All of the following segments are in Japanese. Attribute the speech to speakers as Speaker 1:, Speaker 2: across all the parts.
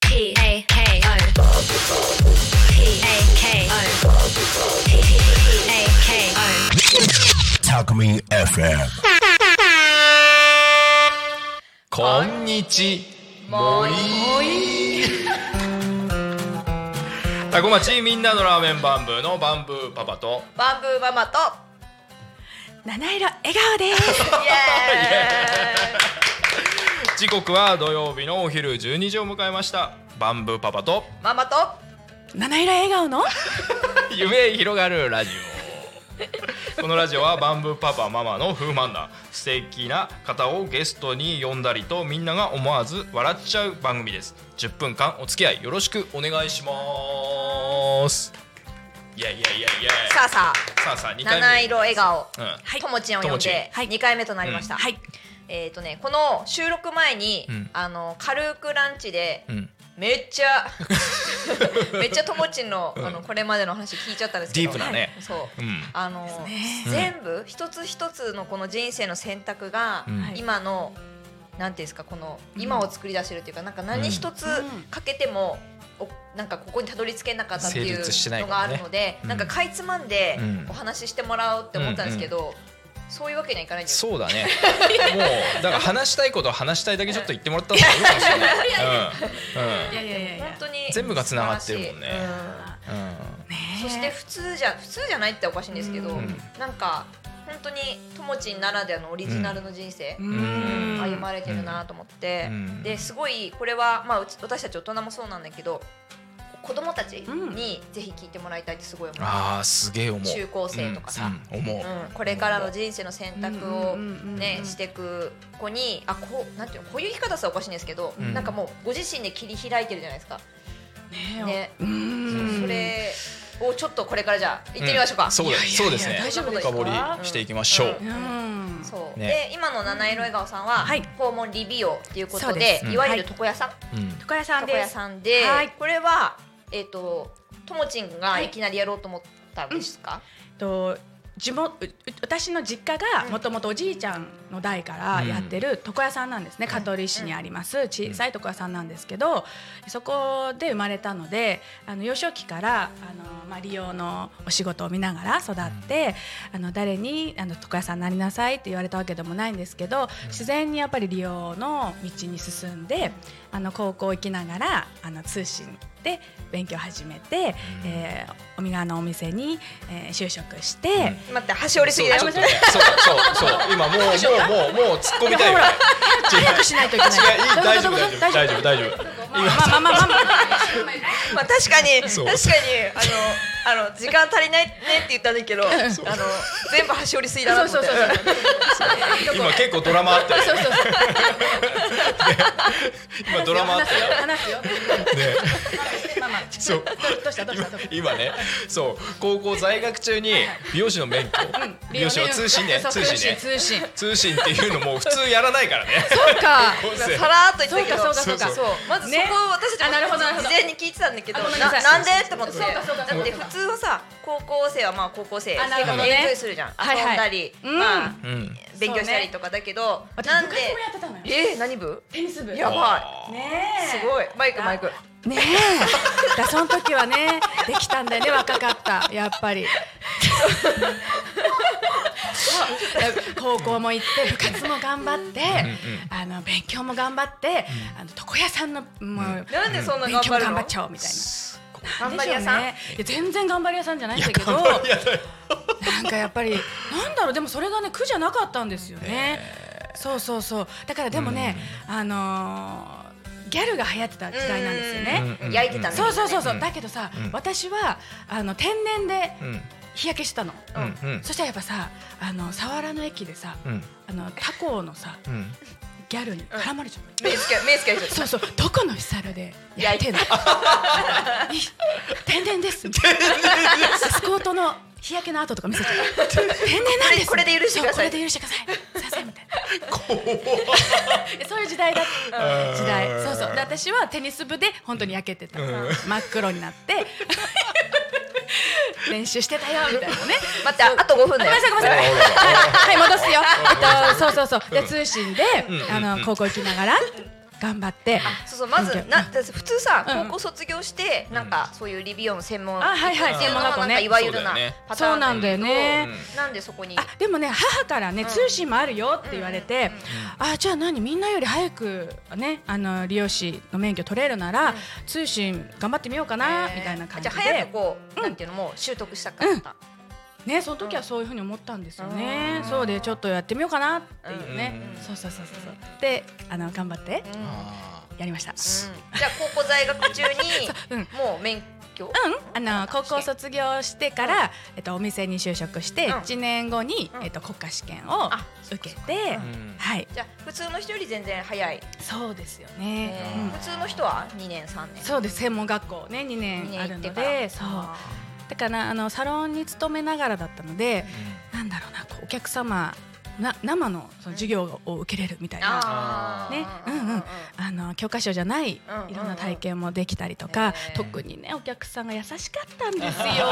Speaker 1: P A K O. P A K O. P A K O.
Speaker 2: Takumi FM.
Speaker 3: こんにちもい タコ町みんなのラーメンバンブーのバンブーパパと
Speaker 4: バンブーママと
Speaker 5: 七色笑顔です。
Speaker 4: イエ
Speaker 3: 時刻は土曜日のお昼12時を迎えましたバンブーパパと
Speaker 4: ーイママと
Speaker 5: 七色笑顔の。
Speaker 3: 夢広がるラジオこのラジオはバンブーパパママの夫婦漫談素敵な方をゲストに呼んだりとみんなが思わず笑っちゃう番組です10分間お付き合いよろしくお願いしますいやいやいやいや
Speaker 4: さあさあ
Speaker 3: さあさあ2回目
Speaker 4: 七色笑顔
Speaker 3: うん
Speaker 5: はい
Speaker 4: ともちんを呼んで
Speaker 5: はい
Speaker 4: 二回目となりました、
Speaker 5: はい。
Speaker 4: えっ、とねこの収録前に、
Speaker 3: うん
Speaker 4: あの軽くランチで
Speaker 3: うん
Speaker 4: めっ ちゃめっちゃともちんの,、
Speaker 3: ん
Speaker 4: あのこれまでの話聞いちゃったんですけど
Speaker 3: ディープなね
Speaker 4: そう
Speaker 3: うん
Speaker 4: あの、全部一つ一つのこの人生の選択が、
Speaker 3: うん
Speaker 4: 今のなんていうんですかこの今を作り出してるっていうかなんか何一つ
Speaker 5: うん
Speaker 4: かけても、おなんかここにたどり着けなかったってい
Speaker 3: 成
Speaker 4: う
Speaker 3: 立してない
Speaker 4: の
Speaker 3: か
Speaker 4: があ
Speaker 3: らね
Speaker 4: るので、
Speaker 3: うん
Speaker 4: なんかかいつまんで
Speaker 3: うん
Speaker 4: お話ししてもらおうって思ったんですけど、そういうわけにはいかないんですよ
Speaker 3: そうだねもうだから話したいことを話したいだけちょっと言ってもらった方がいいかもしれない
Speaker 5: いやいやいやい
Speaker 4: 本
Speaker 5: や。
Speaker 4: 当に
Speaker 3: 全部が繋がってるもんね
Speaker 4: 素晴らしい
Speaker 3: うんうん
Speaker 5: ねえ
Speaker 4: そして普通じゃ普通じゃないっておかしいんですけど、
Speaker 5: うん
Speaker 4: なんか本当にともちんならではのオリジナルの人生、
Speaker 5: うーん
Speaker 4: 歩まれてるなと思って、
Speaker 3: うん
Speaker 4: ですごいこれは、まあ、うち私たち大人もそうなんだけど子供たち
Speaker 5: うん
Speaker 4: にぜひ聞いてもらいたいってすごい思う、
Speaker 3: あーすげえ思う
Speaker 4: 中高生とかさ、
Speaker 3: うんうん思う、
Speaker 4: うんこれからの人生の選択を、
Speaker 5: うんうんうんうん
Speaker 4: ね、していく子にあこうなんていうのこういう生き方さおかしいんですけど、
Speaker 3: うん
Speaker 4: なんかもうご自身で切り開いてるじゃないですか、ね
Speaker 5: ね。うーん
Speaker 4: そ。れをちょっとこれからじゃあ行ってみましょうか、
Speaker 3: んそうですそうですね
Speaker 4: 大丈夫ですか
Speaker 3: 深掘りしていきましょう、
Speaker 4: う
Speaker 5: うーん。
Speaker 4: そう、
Speaker 3: ね
Speaker 4: で今の七色笑顔さんは、
Speaker 5: はい
Speaker 4: 訪問リビオっていうこと
Speaker 5: そう
Speaker 4: で
Speaker 5: で
Speaker 3: うん
Speaker 4: いわゆる床屋さん、
Speaker 3: うん
Speaker 5: 床屋さん
Speaker 4: 床屋
Speaker 5: です。
Speaker 4: さんで、
Speaker 5: はい
Speaker 4: これはえっ、とともちんがいきなりやろうと思ったんですか、
Speaker 5: と。地元うう私の実家がもともとおじいちゃんの代からやってる床屋さんなんですね、香取市にあります小さい床屋さんなんですけどそこで生まれたのであの幼少期からあの、まあ、利用のお仕事を見ながら育って、あの誰にあの床屋さんになりなさいって言われたわけでもないんですけど自然にやっぱり利用の道に進んであの高校行きながらあの通信で勉強を始めて、えー、おみがのお店に、えー就職して。
Speaker 4: 待って端折りすぎだよ
Speaker 3: そうちょっとねそうそうそう今もうもうもうもう突っ込みたいから
Speaker 5: 早くしないといけない。
Speaker 3: 違ういい大丈
Speaker 5: どう
Speaker 3: 夫
Speaker 5: いう
Speaker 3: 大
Speaker 5: こ
Speaker 3: 丈
Speaker 5: と
Speaker 3: 夫大丈夫大丈夫
Speaker 5: まあまあまあまあ
Speaker 4: まあ確かに確
Speaker 3: そう
Speaker 4: かにあのあの時間足りないねって言ったんだ けどあの全部端折りすぎだ
Speaker 5: ま
Speaker 4: な
Speaker 5: あ。
Speaker 4: と
Speaker 5: そ
Speaker 4: 思
Speaker 5: う
Speaker 4: って
Speaker 5: そうそうそう。
Speaker 3: 今結構ドラマあったよ
Speaker 5: そうそうそう。
Speaker 3: 今ドラマあったよ
Speaker 5: 話すよ。
Speaker 3: ね
Speaker 5: まあまあ。
Speaker 3: そう
Speaker 5: どうしたどうしたどうした。
Speaker 3: 今ねそう高校在学中に美容師の免許、
Speaker 5: うん
Speaker 3: 美容師の通信ね
Speaker 5: そう
Speaker 3: 通信ね
Speaker 5: 通信。
Speaker 3: 通信っていうのも普通やらないからね
Speaker 5: そうか。
Speaker 3: 高校
Speaker 4: さ
Speaker 3: 生
Speaker 4: らーっと言ったけど
Speaker 5: そうかそうかそうか
Speaker 4: そうまずそこ
Speaker 5: ね
Speaker 4: を私たち
Speaker 5: あなるほどなるほ
Speaker 4: 事
Speaker 5: ど
Speaker 4: 前に聞いてたんだけど
Speaker 5: あごめん
Speaker 4: な
Speaker 5: なさい
Speaker 4: なんでって思って
Speaker 5: そうかそうかそうか
Speaker 4: だって普通はさ高校生はまあ高校生
Speaker 5: あなる
Speaker 4: 結構
Speaker 5: ほど
Speaker 4: エ
Speaker 5: ね
Speaker 4: ンジョイするじゃん
Speaker 5: はいはい
Speaker 4: 遊んだり
Speaker 5: うん
Speaker 4: まあ
Speaker 3: うん
Speaker 4: 勉強したりとかだけど
Speaker 5: 私
Speaker 4: なんで
Speaker 5: 昔もやってたのよ。
Speaker 4: えー何部
Speaker 5: テニス部。
Speaker 4: やば
Speaker 5: ね
Speaker 4: い
Speaker 5: え。
Speaker 4: すごいマイクマイク
Speaker 5: ねえ。だその時はねできたんだよね若かったやっぱり。高校も行って部活も頑張って、あの勉強も頑張って、あの床屋さんのもう
Speaker 4: なんでそんな
Speaker 5: 勉
Speaker 4: 頑
Speaker 5: 強
Speaker 4: 張
Speaker 5: も
Speaker 4: る
Speaker 5: 頑張
Speaker 4: の
Speaker 5: っちゃおうみたいな。
Speaker 4: 頑張り屋さん
Speaker 5: なんでしょうねいや全然頑張り屋さんじゃないんだけど
Speaker 3: 頑張り屋だよ
Speaker 5: なんかやっぱりなんだろうでもそれがね苦じゃなかったんですよね、そうそうそうだからでもね、あのーギャルが流行ってた時代なんですよね、
Speaker 3: うん
Speaker 4: 焼いてたね
Speaker 5: そうそうそうそう、
Speaker 3: うん
Speaker 5: だけどさ、
Speaker 3: うん
Speaker 5: 私はあの天然で
Speaker 3: うん
Speaker 5: 日焼けしてたの、
Speaker 3: うんうん
Speaker 5: そしたらやっぱさあの佐原の駅でさ、
Speaker 3: うん
Speaker 5: あの他校のさ
Speaker 3: うん
Speaker 5: ギャルに絡まれちゃった、
Speaker 4: 目つけ目つける人
Speaker 5: そうそう、どこの日サルでやってんの。い天然です。スコートの日焼けの跡とか見せちゃう。天然なんです。
Speaker 4: これこれで許してください
Speaker 5: そうこれで許してください。させみたい
Speaker 3: 怖っ
Speaker 5: な。そういう時代だった。時代。そうそう。で私はテニス部で本当に焼けてた。真っ黒にな って。練習してたよみたいなね。
Speaker 4: 待ってあと5分
Speaker 5: ご
Speaker 4: だ
Speaker 5: めん
Speaker 4: よ
Speaker 5: なさいごめんなさい。はい、はい戻すよ。えっと、そうそうそう、で、通信で、
Speaker 3: ん
Speaker 5: あの、高校行きながら。頑張って
Speaker 4: そうそうまず
Speaker 5: 勉強
Speaker 4: なだって普通さ
Speaker 5: うん
Speaker 4: 高校卒業してなんかそういうリビオン専門
Speaker 5: あはいはい
Speaker 4: っていうの
Speaker 5: 専門
Speaker 4: が
Speaker 5: 学校
Speaker 4: なん
Speaker 5: ね
Speaker 4: かいわゆる
Speaker 3: そう
Speaker 4: な
Speaker 3: だよね
Speaker 4: パター
Speaker 5: そう
Speaker 4: ン
Speaker 5: なんだよ
Speaker 3: う
Speaker 5: ね
Speaker 3: ん、
Speaker 4: なんでそこに
Speaker 5: あでもね母からね
Speaker 4: うん
Speaker 5: 通信もあるよって言われて、
Speaker 3: う
Speaker 5: あじゃあ何みんなより早くねあの利用士の免許取れるなら、
Speaker 4: うん
Speaker 5: 通信頑張ってみようかな、みたいな感じ
Speaker 4: あ
Speaker 5: で
Speaker 4: じゃあ早くこうなんていうのもう習得したかった
Speaker 5: ねその時はそういうふうに思ったんですよね、
Speaker 4: うん
Speaker 5: そうでちょっとやってみようかなっていうね、
Speaker 3: うん
Speaker 5: そうそうそうそうそうであの頑張って
Speaker 4: うん
Speaker 3: あ
Speaker 5: やりました。
Speaker 4: じゃあ高校在学中
Speaker 5: う
Speaker 4: に
Speaker 5: ん
Speaker 4: もう免許
Speaker 5: うん、あの高校卒業してから、えっと、お店に就職して
Speaker 4: うん
Speaker 5: 1年後に、
Speaker 4: うん
Speaker 5: えっと、国家試験を
Speaker 4: あ
Speaker 5: 受けて、
Speaker 3: ーうん
Speaker 5: はい
Speaker 4: じゃあ普通の人より全然早い
Speaker 5: そうですよ
Speaker 4: ね
Speaker 5: ね、うん
Speaker 4: 普通の人は2年3年
Speaker 5: そうです専門学校ね2
Speaker 4: 二
Speaker 5: 年あ
Speaker 4: 年
Speaker 5: る
Speaker 4: 行って
Speaker 5: の
Speaker 4: から
Speaker 5: でそうだからあのサロンに勤めながらだったのでなんだろうなこうお客様な生のその授業を受けれるみたいな
Speaker 4: あー
Speaker 5: ねうんうんあの教科書じゃないい
Speaker 4: うんうんうん
Speaker 5: ろんな体験もできたりとか、
Speaker 4: へー
Speaker 5: 特にねお客さんが優しかったんですよ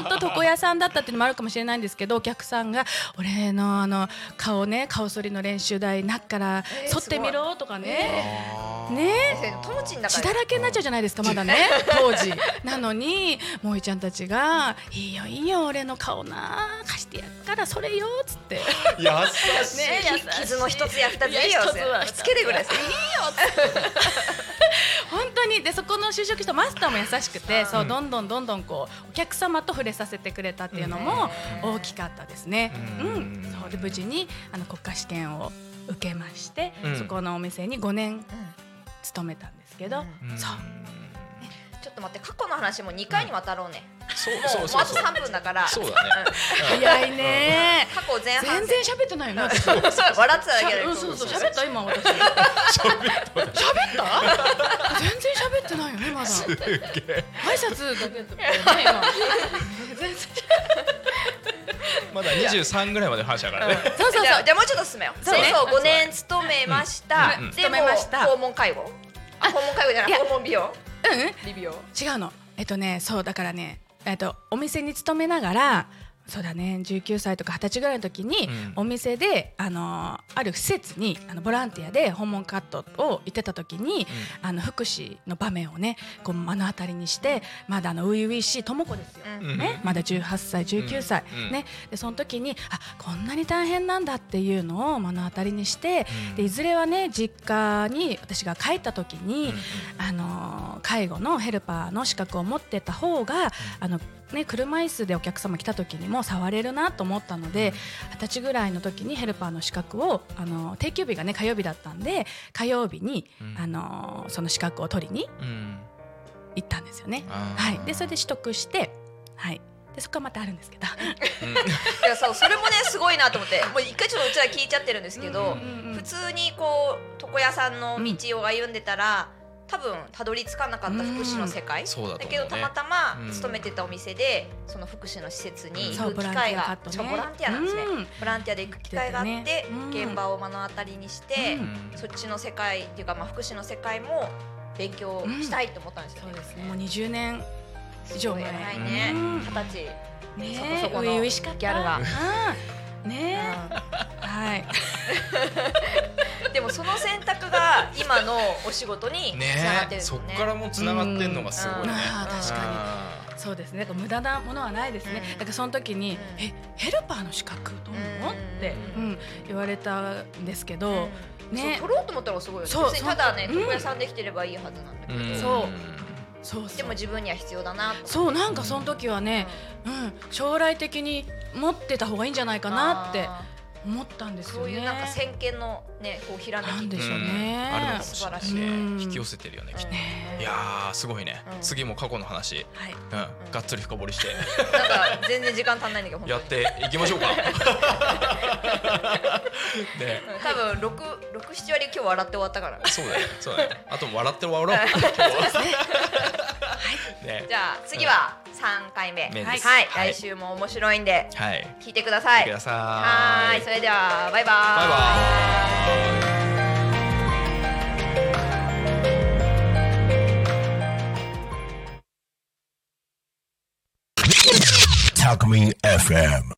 Speaker 5: 本当床屋さんだったっていうのもあるかもしれないんですけどお客さんが俺のあの顔ね顔剃りの練習台なっから
Speaker 4: えー
Speaker 5: 剃ってみろとかね、
Speaker 3: あ
Speaker 5: ね
Speaker 4: えそれ友人だか
Speaker 5: 血だ
Speaker 4: ら
Speaker 5: らけになっちゃうじゃないですかまだね当時なのに萌衣ちゃんたちが「いいよいいよ俺の顔な貸してやっからそれよ」っつって
Speaker 3: ー優しい
Speaker 4: ね
Speaker 5: 優しい
Speaker 4: 傷の一つや二ついいよ
Speaker 5: いや一つは
Speaker 4: つけるぐらいです
Speaker 5: 本当にでそこの就職したマスターも優しく
Speaker 4: うん
Speaker 5: てそうどんどんどんどんこうお客様と触れさせてくれたっていうのも大きかったですね。
Speaker 3: う
Speaker 5: うんん、そうで無事にあの国家試験を受けまして、
Speaker 3: うん
Speaker 5: そこのお店に5年勤めたんですけど、
Speaker 3: うん
Speaker 5: そう
Speaker 4: ちょっと待って過去の話も2回にわたろうね
Speaker 3: そう
Speaker 4: もうも
Speaker 3: そううそう
Speaker 4: あと
Speaker 3: そう
Speaker 4: 3分だから
Speaker 3: そうだねうん
Speaker 5: 早いね
Speaker 4: 過去前半
Speaker 5: 全
Speaker 4: 戦
Speaker 5: 然喋ってないよね私
Speaker 4: 笑ってただけだ
Speaker 5: う
Speaker 4: よ
Speaker 5: んそうそう喋った今私 喋った全然喋ってないよねまだすげえ挨拶だけだったよね今 全然
Speaker 3: まだ23ぐらいまでの話だからね
Speaker 5: そうそう
Speaker 4: じゃ
Speaker 5: そ
Speaker 4: あ
Speaker 5: う
Speaker 4: じゃあもうちょっと進めよう。
Speaker 5: そうね
Speaker 4: そう五年勤めました。
Speaker 3: うんうん
Speaker 4: でも
Speaker 5: 勤めました
Speaker 4: 訪問介護。あ訪問介護じゃない
Speaker 5: いや
Speaker 4: 訪問美容。
Speaker 5: うんうん
Speaker 4: リビオ。
Speaker 5: 違うのえっとねそうだからねえっとお店に勤めながらそうだね19歳とか20歳ぐらいの時に、
Speaker 3: うん
Speaker 5: お店であのーある施設にあのボランティアで訪問カットを行ってた時に、あの福祉の場面をねこう目の当たりにしてまだあの初々しい智子ですよ、
Speaker 4: うん
Speaker 5: ね、まだ18歳19歳、
Speaker 3: うんうん
Speaker 5: ね、でその時にあこんなに大変なんだっていうのを目の当たりにして、
Speaker 3: うん
Speaker 5: でいずれはね実家に私が帰った時
Speaker 3: う
Speaker 5: に、
Speaker 3: ん
Speaker 5: あの介護のヘルパーの資格を持ってた方が、あのね、車椅子でお客様来た時にも触れるなと思ったので二十歳ぐらいの時にヘルパーの資格をあの定休日がね火曜日だったんで火曜日に、
Speaker 3: うん
Speaker 5: あのその資格を取りに
Speaker 3: うんうん
Speaker 5: 行ったんですよね。
Speaker 3: あー
Speaker 5: はい、でそれで取得して、はい、でそこはまたあるんですけど。
Speaker 3: うん
Speaker 4: いやそうそれもねすごいなと思って。もう一回ちょっとうちら聞いちゃってるんですけど、
Speaker 5: うんうん
Speaker 4: 普通にこう床屋さんの道を歩んでたら。多分たどり着かなかった福祉の世界、
Speaker 3: そうだ と思うね
Speaker 4: けどたまたま
Speaker 3: うん
Speaker 4: 勤めてたお店で、その福祉の施設に
Speaker 5: そ
Speaker 4: 行
Speaker 5: う
Speaker 4: く機
Speaker 5: ボランテ
Speaker 4: 会
Speaker 5: ィア
Speaker 4: が
Speaker 5: カットね
Speaker 4: そうボランティアなんですね、
Speaker 5: うん
Speaker 4: ボランティアで行く機会があって、
Speaker 5: 来てたねうん
Speaker 4: 現場を目の当たりにして、
Speaker 5: うん
Speaker 4: そっちの世界っていうか、まあ、福祉の世界も勉強したいと思ったんですよ
Speaker 5: そ
Speaker 4: ね
Speaker 5: う。ですね。もう20年以
Speaker 4: す
Speaker 5: 上
Speaker 4: ごい
Speaker 5: 前。
Speaker 4: 偉いね
Speaker 5: うん
Speaker 4: 二十歳
Speaker 5: ね
Speaker 4: そこそこの
Speaker 5: 初々しかった
Speaker 4: ギャルが
Speaker 5: うんね はい。
Speaker 4: うんでもその選択が今のお仕事につながっ
Speaker 3: ね
Speaker 4: てるんです
Speaker 3: そ
Speaker 4: よ
Speaker 3: っ
Speaker 4: ね。
Speaker 3: からもつながってんのがすごいね
Speaker 5: ああ確か
Speaker 3: あ
Speaker 5: にそうですねだから無駄なものはないですね、
Speaker 4: うん
Speaker 5: だからその時に「
Speaker 4: うん
Speaker 5: えヘルパーの資格どう思う?」って、
Speaker 4: う
Speaker 5: うんん言われたんですけ
Speaker 4: う
Speaker 5: ど
Speaker 4: ん、
Speaker 5: ね
Speaker 4: そう取ろうと思ったらすごいよね。
Speaker 5: そう
Speaker 4: 別にただね
Speaker 5: そう
Speaker 4: 床屋さんできてればいいはずなんだけど、
Speaker 3: ーん
Speaker 5: そうそう
Speaker 4: で
Speaker 5: そ
Speaker 4: も
Speaker 5: う
Speaker 4: 自分には必要だなと。
Speaker 5: そうなんかその時はね、うん、将来的に持ってた方がいいんじゃないかなって
Speaker 4: あ
Speaker 5: 思ったんで
Speaker 4: ー
Speaker 5: す
Speaker 4: そ
Speaker 5: よ
Speaker 4: う
Speaker 5: ね。
Speaker 4: いうなんか先見のねこうひらめき
Speaker 5: なんでしょう
Speaker 3: う
Speaker 5: ね
Speaker 3: んあるのかもしれない
Speaker 4: 素
Speaker 5: 晴らしい
Speaker 3: ね引き寄せてるよねきっといやーすごいね
Speaker 4: うん
Speaker 3: 次も過去の話
Speaker 5: はい
Speaker 3: うんがっつり深掘りして
Speaker 4: うんなんか全然時間足んないんだけど本当
Speaker 3: や
Speaker 4: に
Speaker 3: っ。ていきましょ うかね
Speaker 4: うん多分六六七割今日笑って終わったから。
Speaker 3: そうだねそうだねあと笑って終わろう今日はね
Speaker 4: じゃあ次は三回目。
Speaker 3: 目です
Speaker 4: はい、
Speaker 3: は
Speaker 4: はいい、来週も面白いんで
Speaker 3: はい
Speaker 4: 聞いてくださ
Speaker 3: 見
Speaker 4: い。
Speaker 3: てくださ
Speaker 4: はいーい、それではバイバ
Speaker 3: バイ
Speaker 4: ーイ。
Speaker 3: バーイ
Speaker 2: Talk Me FM.